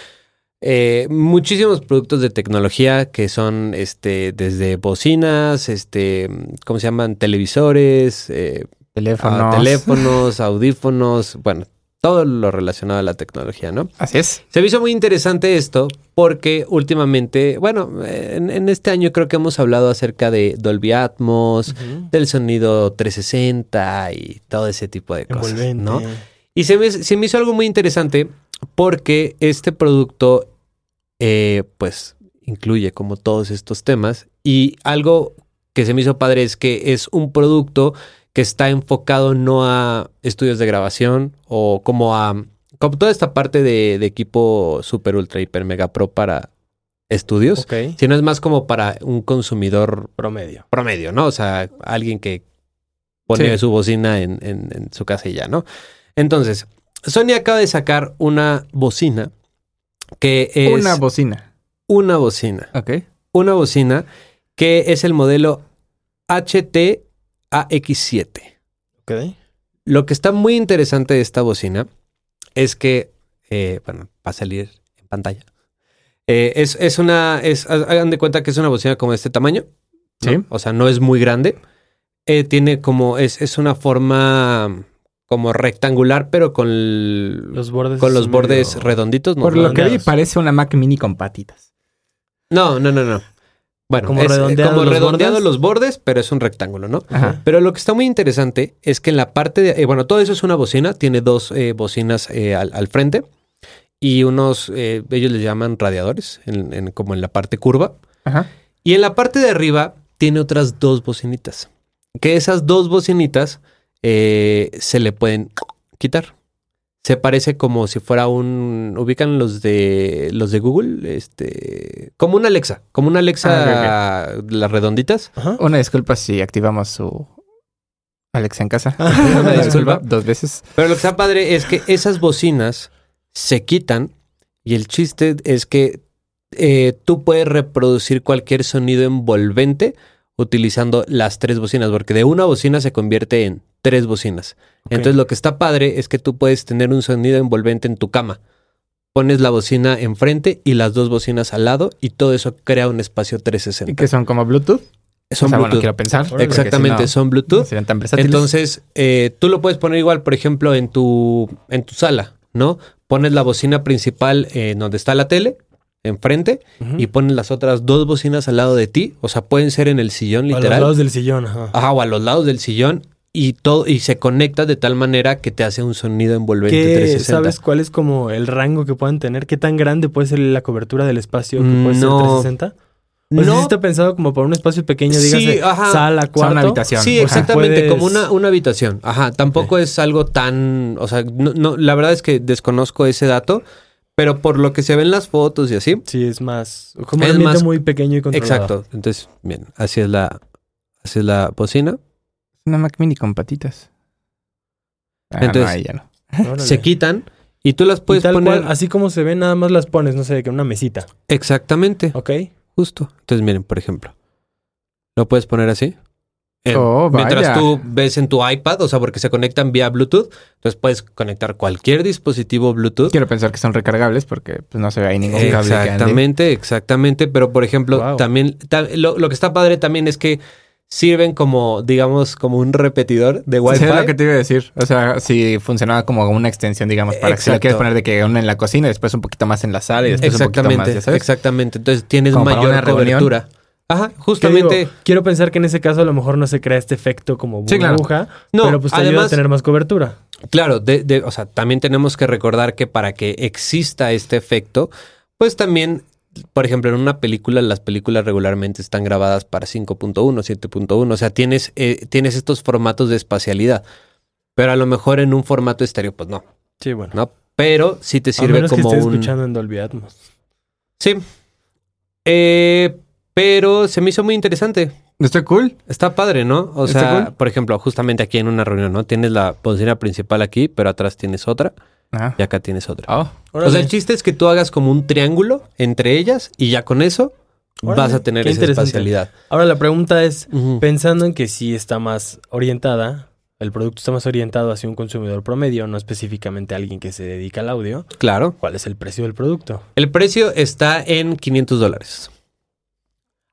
[SPEAKER 1] eh, muchísimos productos de tecnología que son este, desde bocinas, este, ¿cómo se llaman? Televisores, eh, a
[SPEAKER 2] teléfono.
[SPEAKER 1] teléfonos, audífonos, bueno, todo lo relacionado a la tecnología, ¿no?
[SPEAKER 2] Así es.
[SPEAKER 1] Se me hizo muy interesante esto porque últimamente, bueno, en, en este año creo que hemos hablado acerca de Dolby Atmos, del sonido 360 y todo ese tipo de cosas,
[SPEAKER 3] Envolvente.
[SPEAKER 1] ¿no? Y se me, se me hizo algo muy interesante porque este producto, eh, pues, incluye como todos estos temas. Y algo que se me hizo padre es que es un producto que está enfocado no a estudios de grabación o como a como toda esta parte de, de equipo super, ultra, hiper, mega pro para estudios,
[SPEAKER 3] Ok.
[SPEAKER 1] sino es más como para un consumidor
[SPEAKER 3] Promedio.
[SPEAKER 1] promedio, ¿no? O sea, alguien que pone
[SPEAKER 2] Sí.
[SPEAKER 1] su bocina en, en- en su casa y ya, ¿no? Entonces, Sony acaba de sacar una bocina que es
[SPEAKER 2] Una bocina.
[SPEAKER 1] una bocina.
[SPEAKER 2] Ok.
[SPEAKER 1] Una bocina que es el modelo HT-AX7.
[SPEAKER 3] Ok.
[SPEAKER 1] Lo que está muy interesante de esta bocina es que, eh, bueno, va a salir en pantalla. Eh, es, es una, es, ha- hagan de cuenta que es una bocina como de este tamaño. ¿no?
[SPEAKER 2] Sí.
[SPEAKER 1] O sea, no es muy grande. Eh, tiene como, es, es una forma como rectangular, pero con, l-
[SPEAKER 3] Los bordes.
[SPEAKER 1] con los
[SPEAKER 3] medio-
[SPEAKER 1] bordes redonditos. ¿no?
[SPEAKER 2] Por lo que vi,
[SPEAKER 3] redondeados.
[SPEAKER 2] parece una Mac mini con patitas.
[SPEAKER 1] No, no, no, no. Bueno,
[SPEAKER 3] Como
[SPEAKER 1] es, eh,
[SPEAKER 3] redondeados
[SPEAKER 1] como
[SPEAKER 3] los
[SPEAKER 1] redondeado
[SPEAKER 3] bordes.
[SPEAKER 1] los bordes, pero es un rectángulo, ¿no?
[SPEAKER 2] Ajá.
[SPEAKER 1] Pero lo que está muy interesante es que en la parte de. eh, bueno, todo eso es una bocina, tiene dos eh, bocinas eh, al, al frente y unos. eh, ellos les llaman radiadores, en- en- como en la parte curva.
[SPEAKER 2] Ajá.
[SPEAKER 1] Y en la parte de arriba tiene otras dos bocinitas. Que esas dos bocinitas eh, se le pueden quitar. Se parece como si fuera un. ubican los de. los de Google. Este. Como una Alexa. Como una Alexa. Las redonditas.
[SPEAKER 3] Ajá.
[SPEAKER 2] Una disculpa si activamos su Alexa en casa.
[SPEAKER 1] Una disculpa.
[SPEAKER 2] Dos veces.
[SPEAKER 1] Pero lo que está padre es que esas bocinas se quitan y el chiste es que eh, tú puedes reproducir cualquier sonido envolvente utilizando las tres bocinas, porque de una bocina se convierte en tres bocinas. Entonces lo que está padre es que tú puedes tener un sonido envolvente en tu cama. Pones la bocina enfrente y las dos bocinas al lado y todo eso crea un espacio
[SPEAKER 2] ¿Y
[SPEAKER 1] 360.
[SPEAKER 2] que son como Bluetooth?
[SPEAKER 1] Son
[SPEAKER 2] o sea, bueno,
[SPEAKER 1] Bluetooth.
[SPEAKER 2] quiero pensar. porque si
[SPEAKER 1] Exactamente,
[SPEAKER 2] no,
[SPEAKER 1] son
[SPEAKER 2] no
[SPEAKER 1] Bluetooth.
[SPEAKER 2] serían tan versátiles.
[SPEAKER 1] Entonces, eh, tú lo puedes poner igual, por ejemplo, en tu, en tu sala, ¿no? Pones la bocina principal en donde está la tele enfrente y pones las otras dos bocinas al lado de ti. O sea, pueden ser en el sillón
[SPEAKER 3] A los
[SPEAKER 1] literal. Ah,
[SPEAKER 3] lados del sillón, ajá.
[SPEAKER 1] Ajá, o a los lados del sillón y todo y se conecta de tal manera que te hace un sonido envolvente
[SPEAKER 3] ¿Qué,
[SPEAKER 1] 360.
[SPEAKER 3] ¿Sabes cuál es como el rango que puedan tener? ¿Qué tan grande puede ser la cobertura del espacio que puede ser
[SPEAKER 1] No.
[SPEAKER 3] 360? O sea,
[SPEAKER 1] No.
[SPEAKER 3] Pues sí está pensado como para un espacio pequeño,
[SPEAKER 1] Sí,
[SPEAKER 3] dígase,
[SPEAKER 1] ajá.
[SPEAKER 3] sala,
[SPEAKER 2] O sea,
[SPEAKER 3] cuarto.
[SPEAKER 2] una habitación.
[SPEAKER 1] Sí,
[SPEAKER 2] Ajá.
[SPEAKER 1] exactamente,
[SPEAKER 3] Puedes-
[SPEAKER 1] como una, una habitación. Ajá, tampoco es algo tan, o sea, no, no, la verdad es que desconozco ese dato, pero por lo que se ven las fotos y así.
[SPEAKER 3] Sí, es más, como
[SPEAKER 1] Es
[SPEAKER 3] un ambiente
[SPEAKER 1] más-
[SPEAKER 3] muy pequeño y controlado.
[SPEAKER 1] Exacto. Entonces, bien, así es la así es la bocina.
[SPEAKER 2] Una Mac Mini con patitas. Ah, no,
[SPEAKER 1] Entonces-
[SPEAKER 2] ahí ya no.
[SPEAKER 3] Órale.
[SPEAKER 1] Se quitan y tú las
[SPEAKER 3] Y
[SPEAKER 1] puedes
[SPEAKER 3] tal
[SPEAKER 1] poner
[SPEAKER 3] cual, así como se ve, nada más las pones, no sé, que en una mesita,
[SPEAKER 1] exactamente,
[SPEAKER 3] ¿ok?
[SPEAKER 1] justo. Entonces, miren, por ejemplo, lo puedes poner así. Eh,
[SPEAKER 2] Oh, vaya.
[SPEAKER 1] Mientras tú ves en tu iPad, o sea, porque se conectan vía Bluetooth, entonces puedes conectar cualquier dispositivo Bluetooth.
[SPEAKER 2] Quiero pensar que son recargables porque pues, no se ve ahí ningún cable que ande.
[SPEAKER 1] Exactamente, exactamente. Pero por ejemplo,
[SPEAKER 3] Wow.
[SPEAKER 1] también ta- lo, lo que está padre también es que sirven como, digamos, como un repetidor de Wi-Fi.
[SPEAKER 2] Sí, es lo que te iba a decir. O sea, si funcionaba como una extensión, digamos, para que si la
[SPEAKER 1] Exacto.
[SPEAKER 2] quieres poner de que una en la cocina, después un poquito más en la sala y después un poquito más,
[SPEAKER 1] Exactamente,
[SPEAKER 2] ya sabes.
[SPEAKER 1] exactamente. Entonces tienes
[SPEAKER 2] Como para una
[SPEAKER 1] mayor
[SPEAKER 2] reunión.
[SPEAKER 1] cobertura. Ajá,
[SPEAKER 3] Que digo,
[SPEAKER 1] justamente.
[SPEAKER 3] quiero pensar que en ese caso a lo mejor no se crea este efecto como
[SPEAKER 2] Sí, claro.
[SPEAKER 3] burbuja,
[SPEAKER 1] No,
[SPEAKER 3] pero pues te ayuda a
[SPEAKER 1] además-
[SPEAKER 3] tener más cobertura.
[SPEAKER 1] Claro, de, de- o sea, también tenemos que recordar que para que exista este efecto, pues también, por ejemplo, en una película, las películas regularmente están grabadas para 5.1, 7.1, o sea, tienes, eh, tienes estos formatos de espacialidad, pero a lo mejor en un formato estéreo, pues no,
[SPEAKER 3] Sí, bueno.
[SPEAKER 1] ¿no? Pero sí te
[SPEAKER 3] a
[SPEAKER 1] sirve
[SPEAKER 3] menos
[SPEAKER 1] como
[SPEAKER 3] que estés
[SPEAKER 1] un...
[SPEAKER 3] escuchando en Dolby Atmos.
[SPEAKER 1] Sí. Eh, pero se me hizo muy interesante.
[SPEAKER 2] Está cool.
[SPEAKER 1] Está padre, ¿no? O
[SPEAKER 2] Está
[SPEAKER 1] sea,
[SPEAKER 2] cool.
[SPEAKER 1] por ejemplo, justamente aquí en una reunión, ¿no? Tienes la bocina principal aquí, pero atrás tienes otra
[SPEAKER 2] Ah.
[SPEAKER 1] y acá tienes otra.
[SPEAKER 2] Oh.
[SPEAKER 1] O sea, el chiste es que tú hagas como un triángulo entre ellas y ya con eso
[SPEAKER 3] Órale,
[SPEAKER 1] vas a tener
[SPEAKER 3] qué
[SPEAKER 1] esa
[SPEAKER 3] interesante.
[SPEAKER 1] espacialidad.
[SPEAKER 3] Ahora la pregunta es,
[SPEAKER 1] Ujú.
[SPEAKER 3] Pensando en que sí está más orientada, el producto está más orientado hacia un consumidor promedio, no específicamente a alguien que se dedica al audio,
[SPEAKER 1] Claro.
[SPEAKER 3] ¿cuál es el precio del producto?
[SPEAKER 1] El precio está en 500 dólares.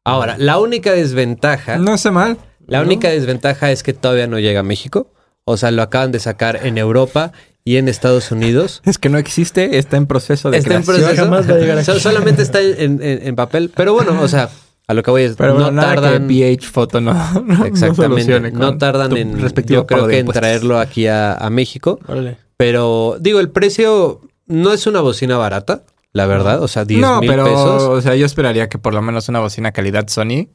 [SPEAKER 1] Ahora, la única desventaja,
[SPEAKER 2] No está mal.
[SPEAKER 1] la
[SPEAKER 3] ¿no?
[SPEAKER 1] única desventaja es que todavía no llega a México. O sea, lo acaban de sacar en Europa y en Estados Unidos.
[SPEAKER 2] Es que no existe, está en proceso de
[SPEAKER 1] Está en
[SPEAKER 2] creación.
[SPEAKER 1] proceso.
[SPEAKER 3] Jamás va a llegar
[SPEAKER 1] So-
[SPEAKER 3] aquí.
[SPEAKER 1] solamente está en, en- en papel. Pero bueno, o sea, a lo que voy es,
[SPEAKER 2] Pero bueno,
[SPEAKER 1] no
[SPEAKER 2] nada
[SPEAKER 1] tardan.
[SPEAKER 2] que PH Photo no, no- no
[SPEAKER 1] Exactamente.
[SPEAKER 2] solucione
[SPEAKER 1] No,
[SPEAKER 2] con
[SPEAKER 1] tardan
[SPEAKER 2] tu
[SPEAKER 1] en,
[SPEAKER 2] respectivo
[SPEAKER 1] yo creo
[SPEAKER 2] pago de
[SPEAKER 1] que en
[SPEAKER 2] impuestos.
[SPEAKER 1] traerlo aquí a, a México.
[SPEAKER 3] Órale.
[SPEAKER 1] Pero digo, el precio no es una bocina barata, la verdad. O sea, 10
[SPEAKER 2] No,
[SPEAKER 1] mil
[SPEAKER 2] pero,
[SPEAKER 1] pesos.
[SPEAKER 2] o sea, yo esperaría que por lo menos una bocina calidad Sony.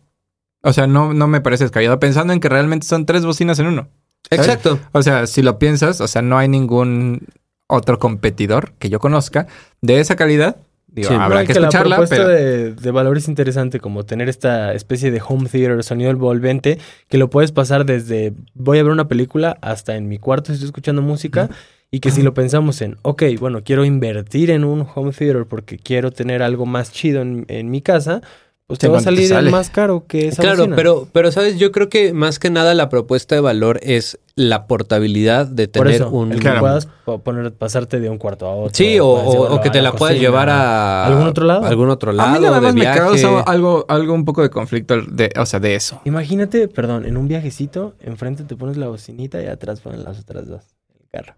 [SPEAKER 2] O sea, no, no me parece descabellado pensando en que realmente son tres bocinas en uno. ¿sabes?
[SPEAKER 1] Exacto.
[SPEAKER 2] O sea, si lo piensas, o sea, no hay ningún otro competidor que yo conozca de esa calidad. Digo,
[SPEAKER 1] Sí.
[SPEAKER 2] habrá
[SPEAKER 3] Bueno,
[SPEAKER 2] que escucharla,
[SPEAKER 3] la propuesta
[SPEAKER 2] pero...
[SPEAKER 3] de, de valor es interesante, como tener esta especie de home theater, sonido envolvente, que lo puedes pasar desde voy a ver una película hasta en mi cuarto si estoy escuchando música. Y que si lo pensamos en, ok, bueno, quiero invertir en un home theater porque quiero tener algo más chido en, en mi casa, pues
[SPEAKER 2] Sí,
[SPEAKER 3] te va a
[SPEAKER 2] bueno, te
[SPEAKER 3] salir
[SPEAKER 2] sale.
[SPEAKER 3] en más caro que esa
[SPEAKER 1] Claro,
[SPEAKER 3] bocina.
[SPEAKER 1] pero, pero sabes, yo creo que más que nada la propuesta de valor es la portabilidad de
[SPEAKER 3] Por
[SPEAKER 1] tener
[SPEAKER 3] eso,
[SPEAKER 1] un.
[SPEAKER 3] el que
[SPEAKER 2] Claro.
[SPEAKER 3] puedas po- poner, pasarte de un cuarto a otro.
[SPEAKER 1] Sí, o,
[SPEAKER 3] puedas
[SPEAKER 1] o-
[SPEAKER 3] llevarlo
[SPEAKER 1] o que
[SPEAKER 3] a
[SPEAKER 1] te la, puedas
[SPEAKER 3] cocina.
[SPEAKER 1] llevar a
[SPEAKER 3] ¿Algún otro lado?
[SPEAKER 1] algún otro
[SPEAKER 2] A
[SPEAKER 1] lado.
[SPEAKER 2] mí nada
[SPEAKER 1] de
[SPEAKER 2] más me
[SPEAKER 1] viaje.
[SPEAKER 2] causa algo, algo un poco de conflicto, de, o sea, de eso.
[SPEAKER 3] Imagínate, perdón, en un viajecito, enfrente te pones la bocinita y atrás ponen las otras dos. El carro.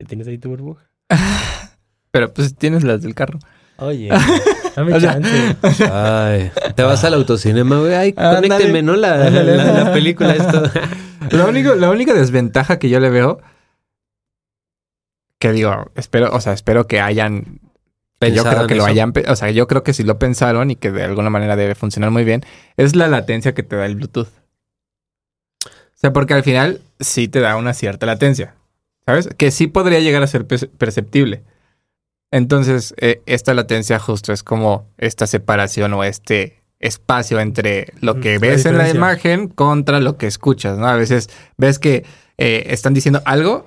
[SPEAKER 3] Ya tienes ahí tu burbuja.
[SPEAKER 2] Pero pues tienes las del carro.
[SPEAKER 3] Oye, dame
[SPEAKER 2] O sea,
[SPEAKER 3] chance.
[SPEAKER 1] Ay, te vas al autocinema, güey. Ay,
[SPEAKER 2] Ándale.
[SPEAKER 1] conéctenme, ¿no? La,
[SPEAKER 2] Ándale.
[SPEAKER 1] la- la película, esto.
[SPEAKER 2] Lo único, la única desventaja que yo le veo, que digo, espero, o sea, espero que hayan, que yo
[SPEAKER 1] Pensado
[SPEAKER 2] creo
[SPEAKER 1] en
[SPEAKER 2] que lo
[SPEAKER 1] eso.
[SPEAKER 2] hayan, pe- o sea, yo creo que si lo pensaron y que de alguna manera debe funcionar muy bien, es la latencia que te da el Bluetooth. O sea, porque al final sí te da una cierta latencia, ¿sabes? Que sí podría llegar a ser perce- perceptible. Entonces, eh, esta latencia justo es como esta separación o este espacio entre lo que
[SPEAKER 3] Mm, la
[SPEAKER 2] ves en la
[SPEAKER 3] diferencia.
[SPEAKER 2] imagen contra lo que escuchas, ¿no? A veces ves que eh, están diciendo algo,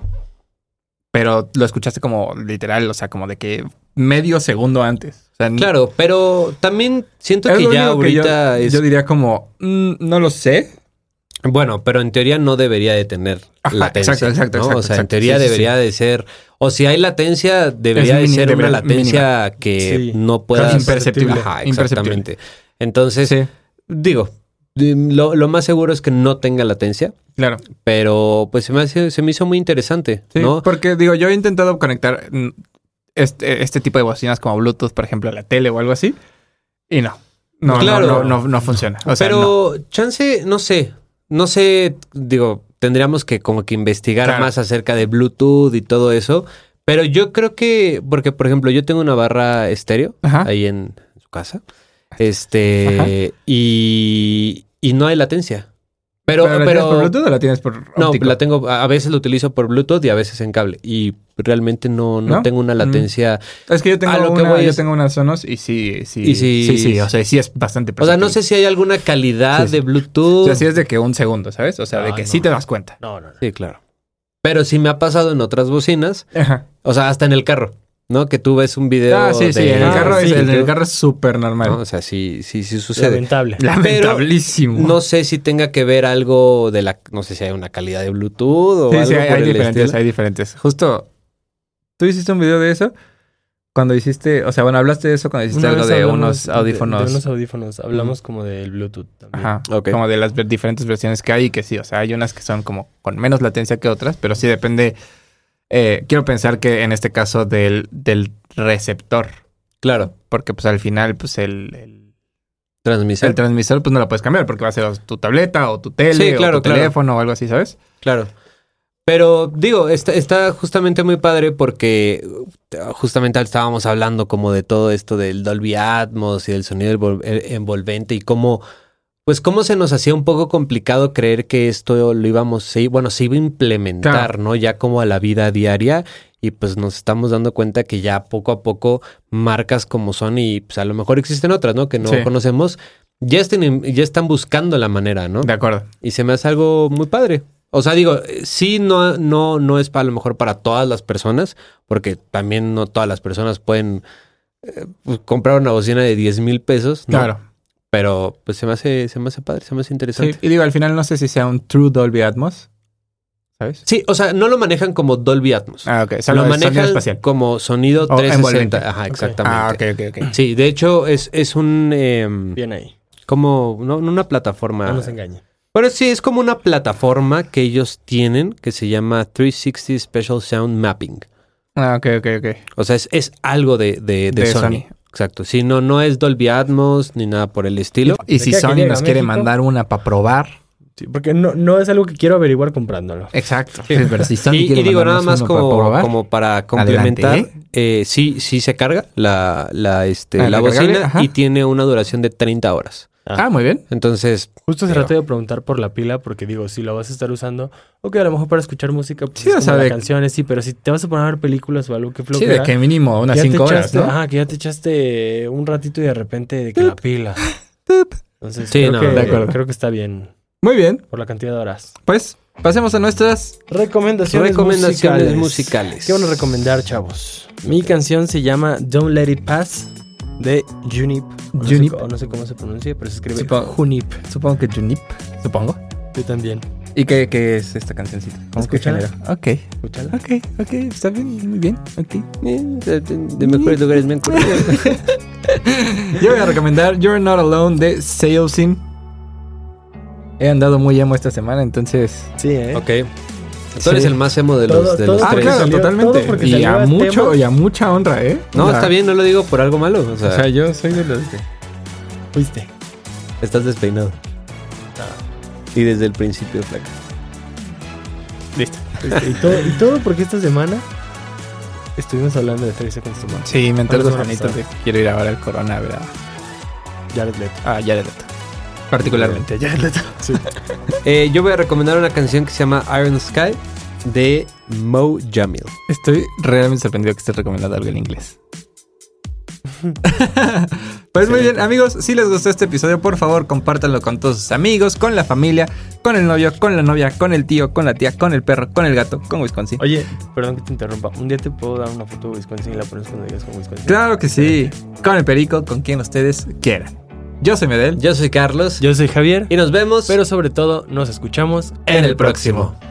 [SPEAKER 2] pero lo escuchaste como literal, o sea, como de que medio segundo antes. O sea, n-
[SPEAKER 1] Claro, pero también siento
[SPEAKER 2] es
[SPEAKER 1] que
[SPEAKER 2] lo
[SPEAKER 1] ya
[SPEAKER 2] único que yo-
[SPEAKER 1] ahorita
[SPEAKER 2] yo,
[SPEAKER 1] es
[SPEAKER 2] diría como, mm, no lo sé.
[SPEAKER 1] Bueno, pero en teoría no debería de tener
[SPEAKER 2] Ajá,
[SPEAKER 1] latencia.
[SPEAKER 2] exacto, exacto,
[SPEAKER 1] ¿no?
[SPEAKER 2] exacto,
[SPEAKER 1] O sea, en
[SPEAKER 2] exacto.
[SPEAKER 1] teoría
[SPEAKER 2] Sí, sí,
[SPEAKER 1] debería de ser. O si hay latencia, debería de
[SPEAKER 2] Es mini-
[SPEAKER 1] ser
[SPEAKER 2] debería-
[SPEAKER 1] una latencia que
[SPEAKER 3] Sí.
[SPEAKER 1] no pueda
[SPEAKER 2] Imperceptible.
[SPEAKER 1] Ajá,
[SPEAKER 2] Imperceptible.
[SPEAKER 1] exactamente. Entonces, digo, de- lo, lo más seguro es que no tenga latencia,
[SPEAKER 2] claro.
[SPEAKER 1] pero pues se me, hace- se me hizo muy interesante,
[SPEAKER 2] Sí,
[SPEAKER 1] ¿no?
[SPEAKER 2] porque digo, yo he intentado conectar mm, este, este tipo de bocinas como Bluetooth, por ejemplo, a la tele o algo así. Y no. No,
[SPEAKER 1] Claro.
[SPEAKER 2] no, no, no- no funciona. O sea, no.
[SPEAKER 1] Pero chance, no sé, no sé, digo, tendríamos que como que investigar
[SPEAKER 2] Claro.
[SPEAKER 1] más acerca de Bluetooth y todo eso, pero yo creo que, porque por ejemplo yo tengo una barra estéreo
[SPEAKER 2] Ajá.
[SPEAKER 1] ahí en su casa, este, y, y no hay latencia. Pero,
[SPEAKER 2] ¿Pero la
[SPEAKER 1] pero,
[SPEAKER 2] tienes por Bluetooth o la tienes por
[SPEAKER 1] no,
[SPEAKER 2] óptico?
[SPEAKER 1] la tengo, a a veces lo utilizo por Bluetooth y a veces en cable, y realmente no, no,
[SPEAKER 2] ¿No?
[SPEAKER 1] tengo una
[SPEAKER 2] Mm.
[SPEAKER 1] latencia.
[SPEAKER 2] Es que yo tengo
[SPEAKER 1] A lo que
[SPEAKER 2] una,
[SPEAKER 1] voy
[SPEAKER 2] yo
[SPEAKER 1] es-
[SPEAKER 2] tengo una Sonos y sí, sí.
[SPEAKER 1] Y sí-
[SPEAKER 2] sí, sí, o sea, Pues sí es bastante
[SPEAKER 1] O sea, no
[SPEAKER 2] perceptible.
[SPEAKER 1] sé si hay alguna calidad
[SPEAKER 2] Sí, sí.
[SPEAKER 1] de Bluetooth.
[SPEAKER 2] O sea, sí es de que un segundo, ¿sabes? O sea, de
[SPEAKER 3] Ah,
[SPEAKER 2] que
[SPEAKER 3] no.
[SPEAKER 2] sí te das cuenta.
[SPEAKER 3] No, no, no.
[SPEAKER 1] Sí, claro. Pero sí me ha pasado en otras bocinas,
[SPEAKER 2] Ajá.
[SPEAKER 1] o sea, hasta en el carro, ¿no? Que tú ves un video.
[SPEAKER 2] Ah, sí, sí,
[SPEAKER 1] de-
[SPEAKER 2] en el
[SPEAKER 3] Ah,
[SPEAKER 2] carro es,
[SPEAKER 3] sí,
[SPEAKER 2] en el
[SPEAKER 1] yo-
[SPEAKER 2] carro es súper normal.
[SPEAKER 1] ¿no? O sea, sí, sí, sí sucede.
[SPEAKER 3] Lamentable.
[SPEAKER 2] Lamentablísimo.
[SPEAKER 1] No sé si tenga que ver algo de la. No sé si hay una calidad de Bluetooth o
[SPEAKER 2] sí,
[SPEAKER 1] algo.
[SPEAKER 2] sí, hay,
[SPEAKER 1] por
[SPEAKER 2] hay
[SPEAKER 1] el
[SPEAKER 2] diferentes,
[SPEAKER 1] estilo.
[SPEAKER 2] hay diferentes. Justo, tú hiciste un video de eso cuando hiciste, o sea, bueno, hablaste de eso cuando hiciste
[SPEAKER 3] Una
[SPEAKER 2] algo
[SPEAKER 3] vez
[SPEAKER 2] de
[SPEAKER 3] hablamos
[SPEAKER 2] unos
[SPEAKER 3] de-
[SPEAKER 2] audífonos.
[SPEAKER 3] De, unos audífonos. Hablamos como del Bluetooth también.
[SPEAKER 2] Ajá,
[SPEAKER 1] Ok.
[SPEAKER 2] como de las ver- diferentes versiones que hay y que sí, o sea, hay unas que son como con menos latencia que otras, pero sí depende, eh, quiero pensar que en este caso del, del receptor,
[SPEAKER 1] Claro,
[SPEAKER 2] porque pues al final pues el, el,
[SPEAKER 1] transmisor.
[SPEAKER 2] el transmisor pues no lo puedes cambiar porque va a ser tu tableta o tu tele
[SPEAKER 1] Sí,
[SPEAKER 2] o
[SPEAKER 1] claro,
[SPEAKER 2] tu
[SPEAKER 1] claro.
[SPEAKER 2] teléfono o algo así, ¿sabes?
[SPEAKER 1] Claro. Pero digo, está, está justamente muy padre porque uh, justamente estábamos hablando como de todo esto del Dolby Atmos y del sonido envol- eh, envolvente y cómo, pues cómo se nos hacía un poco complicado creer que esto lo íbamos, se- bueno, se iba a implementar,
[SPEAKER 2] Claro.
[SPEAKER 1] ¿no? Ya como a la vida diaria y pues nos estamos dando cuenta que ya poco a poco marcas como son y pues a lo mejor existen otras, ¿no? Que no
[SPEAKER 2] Sí.
[SPEAKER 1] conocemos, ya, estén, ya están buscando la manera, ¿no?
[SPEAKER 2] De acuerdo.
[SPEAKER 1] Y se me hace algo muy padre. O sea, digo, eh, sí, no, no, no es para lo mejor para todas las personas, porque también no todas las personas pueden eh, pues, comprar una bocina de 10 mil pesos. ¿no?
[SPEAKER 2] Claro.
[SPEAKER 1] Pero pues se me hace, se me hace padre, se me hace
[SPEAKER 2] Sí,
[SPEAKER 1] interesante.
[SPEAKER 2] y digo, al final no sé si sea un True Dolby Atmos, ¿sabes?
[SPEAKER 1] Sí, o sea, no lo manejan como Dolby Atmos.
[SPEAKER 2] Ah, ok.
[SPEAKER 1] lo
[SPEAKER 2] Solo es sonido
[SPEAKER 1] manejan
[SPEAKER 2] espacial.
[SPEAKER 1] como sonido
[SPEAKER 2] O
[SPEAKER 1] 360.
[SPEAKER 2] envolvente.
[SPEAKER 1] Ajá,
[SPEAKER 3] Ok.
[SPEAKER 1] exactamente.
[SPEAKER 2] Ah, ok, ok, ok.
[SPEAKER 1] Sí, de hecho es, es un... em,
[SPEAKER 3] Bien ahí.
[SPEAKER 1] como no, no una plataforma...
[SPEAKER 3] No nos engañe.
[SPEAKER 1] Pero sí, es como una plataforma que ellos tienen que se llama 360 Special Sound Mapping.
[SPEAKER 2] Ah, ok, ok, ok.
[SPEAKER 1] O sea, es, es algo de, de- de
[SPEAKER 2] De
[SPEAKER 1] Sony.
[SPEAKER 2] Sony.
[SPEAKER 1] Exacto. Sí, no, no es Dolby Atmos ni nada por el estilo.
[SPEAKER 2] Y
[SPEAKER 3] ¿De
[SPEAKER 2] si
[SPEAKER 3] qué? ¿Que
[SPEAKER 2] Sony
[SPEAKER 3] llega
[SPEAKER 2] nos
[SPEAKER 3] a
[SPEAKER 2] quiere
[SPEAKER 3] México?
[SPEAKER 2] mandar una para probar.
[SPEAKER 3] Sí, porque no, no es algo que quiero averiguar comprándolo.
[SPEAKER 2] Exacto. pero si Sony
[SPEAKER 1] Y,
[SPEAKER 2] quiere
[SPEAKER 1] y digo, nada más
[SPEAKER 2] mandarnos uno para
[SPEAKER 1] como
[SPEAKER 2] probar,
[SPEAKER 1] para, como para complementar,
[SPEAKER 2] Adelante,
[SPEAKER 1] eh, sí, sí se carga la, la, este,
[SPEAKER 2] Ah,
[SPEAKER 1] la
[SPEAKER 2] recargable,
[SPEAKER 1] bocina
[SPEAKER 2] ajá.
[SPEAKER 1] y tiene una duración de 30 horas.
[SPEAKER 2] Ah, muy bien.
[SPEAKER 1] Entonces,
[SPEAKER 3] Justo se traté de preguntar por la pila, porque digo, si la vas a estar usando, ok, a lo mejor para escuchar música, pues
[SPEAKER 2] Sí,
[SPEAKER 3] es
[SPEAKER 2] o
[SPEAKER 3] como
[SPEAKER 2] sea,
[SPEAKER 3] la
[SPEAKER 2] de-
[SPEAKER 3] canciones, sí, pero si te vas a poner a ver películas o algo que
[SPEAKER 2] Sí,
[SPEAKER 3] flojera.
[SPEAKER 2] de que mínimo unas
[SPEAKER 3] ya te
[SPEAKER 2] 5 horas,
[SPEAKER 3] echaste-
[SPEAKER 2] ¿no?
[SPEAKER 3] Ajá, que ya te echaste un ratito y de repente de que la pila. Entonces,
[SPEAKER 1] Sí,
[SPEAKER 3] creo,
[SPEAKER 1] no,
[SPEAKER 3] que,
[SPEAKER 2] de acuerdo.
[SPEAKER 3] creo que está bien
[SPEAKER 2] Muy bien.
[SPEAKER 3] por la cantidad de horas.
[SPEAKER 2] Pues, pasemos a nuestras...
[SPEAKER 3] Recomendaciones,
[SPEAKER 1] recomendaciones
[SPEAKER 3] musicales.
[SPEAKER 1] musicales.
[SPEAKER 3] ¿Qué van a recomendar, chavos? Mi canción se llama Don't Let It Pass de Junip. O no sé
[SPEAKER 2] Junip.
[SPEAKER 3] co- No, sé, cómo se pronuncia, pero se escribe
[SPEAKER 2] Supongo.
[SPEAKER 3] Junip.
[SPEAKER 2] Supongo que Junip. Supongo.
[SPEAKER 3] Yo también.
[SPEAKER 2] ¿Y qué, qué es esta cancioncita? ¿Cómo que
[SPEAKER 3] Escúchala.
[SPEAKER 2] género? Ok.
[SPEAKER 3] Escúchala.
[SPEAKER 2] Ok, ok. Está bien, muy bien. Ok.
[SPEAKER 1] Eh, De, de- de mejores lugares me han ocurrido.
[SPEAKER 2] Yo voy a recomendar You're Not Alone de Seosin. He andado muy emo esta semana, entonces.
[SPEAKER 3] Sí, ¿eh?
[SPEAKER 1] ok. Tú eres
[SPEAKER 2] Sí.
[SPEAKER 1] el más emo de los,
[SPEAKER 3] Todo-
[SPEAKER 1] de
[SPEAKER 3] todo
[SPEAKER 1] los
[SPEAKER 3] Ah,
[SPEAKER 1] tres.
[SPEAKER 3] claro, totalmente. Y
[SPEAKER 2] Y
[SPEAKER 3] a
[SPEAKER 2] a mucho,
[SPEAKER 3] mucho-
[SPEAKER 2] y a mucha honra, ¿eh?
[SPEAKER 1] No, está bien, no lo digo por algo malo. O sea,
[SPEAKER 2] O sea, yo soy de los que.
[SPEAKER 3] Fuiste.
[SPEAKER 1] estás despeinado. Y desde el principio, flaca.
[SPEAKER 2] Listo.
[SPEAKER 3] Fuiste. Este, Y todo, y todo porque esta semana estuvimos hablando de 30 Seconds to Mars.
[SPEAKER 2] Sí, me entró
[SPEAKER 3] Algo
[SPEAKER 2] los
[SPEAKER 3] va a
[SPEAKER 2] anitos de
[SPEAKER 3] pasar.
[SPEAKER 2] que quiero ir ahora al Corona Ah, a ver a,
[SPEAKER 3] Jared Leto.
[SPEAKER 2] a Jared Leto. Particularmente a Jared Leto.
[SPEAKER 3] Sí.
[SPEAKER 1] Eh, yo voy a recomendar una canción que se llama Iron Sky de Mo Jamil.
[SPEAKER 2] Estoy realmente sorprendido que estés recomendando algo en inglés. pues muy bien, amigos, si les gustó este episodio, por favor, compártanlo con todos sus amigos, con la familia, con el novio, con la novia, con el tío, con la tía, con el perro, con el gato, con Wisconsin.
[SPEAKER 3] Oye, perdón que te interrumpa. Un día te puedo dar una foto de Wisconsin y la pones cuando llegas con Wisconsin.
[SPEAKER 2] Claro que sí, con el perico, con quien ustedes quieran. Yo soy Medel.
[SPEAKER 1] Yo soy Carlos
[SPEAKER 3] Yo soy Javier,
[SPEAKER 1] y nos vemos
[SPEAKER 3] pero sobre todo nos escuchamos
[SPEAKER 1] en el próximo.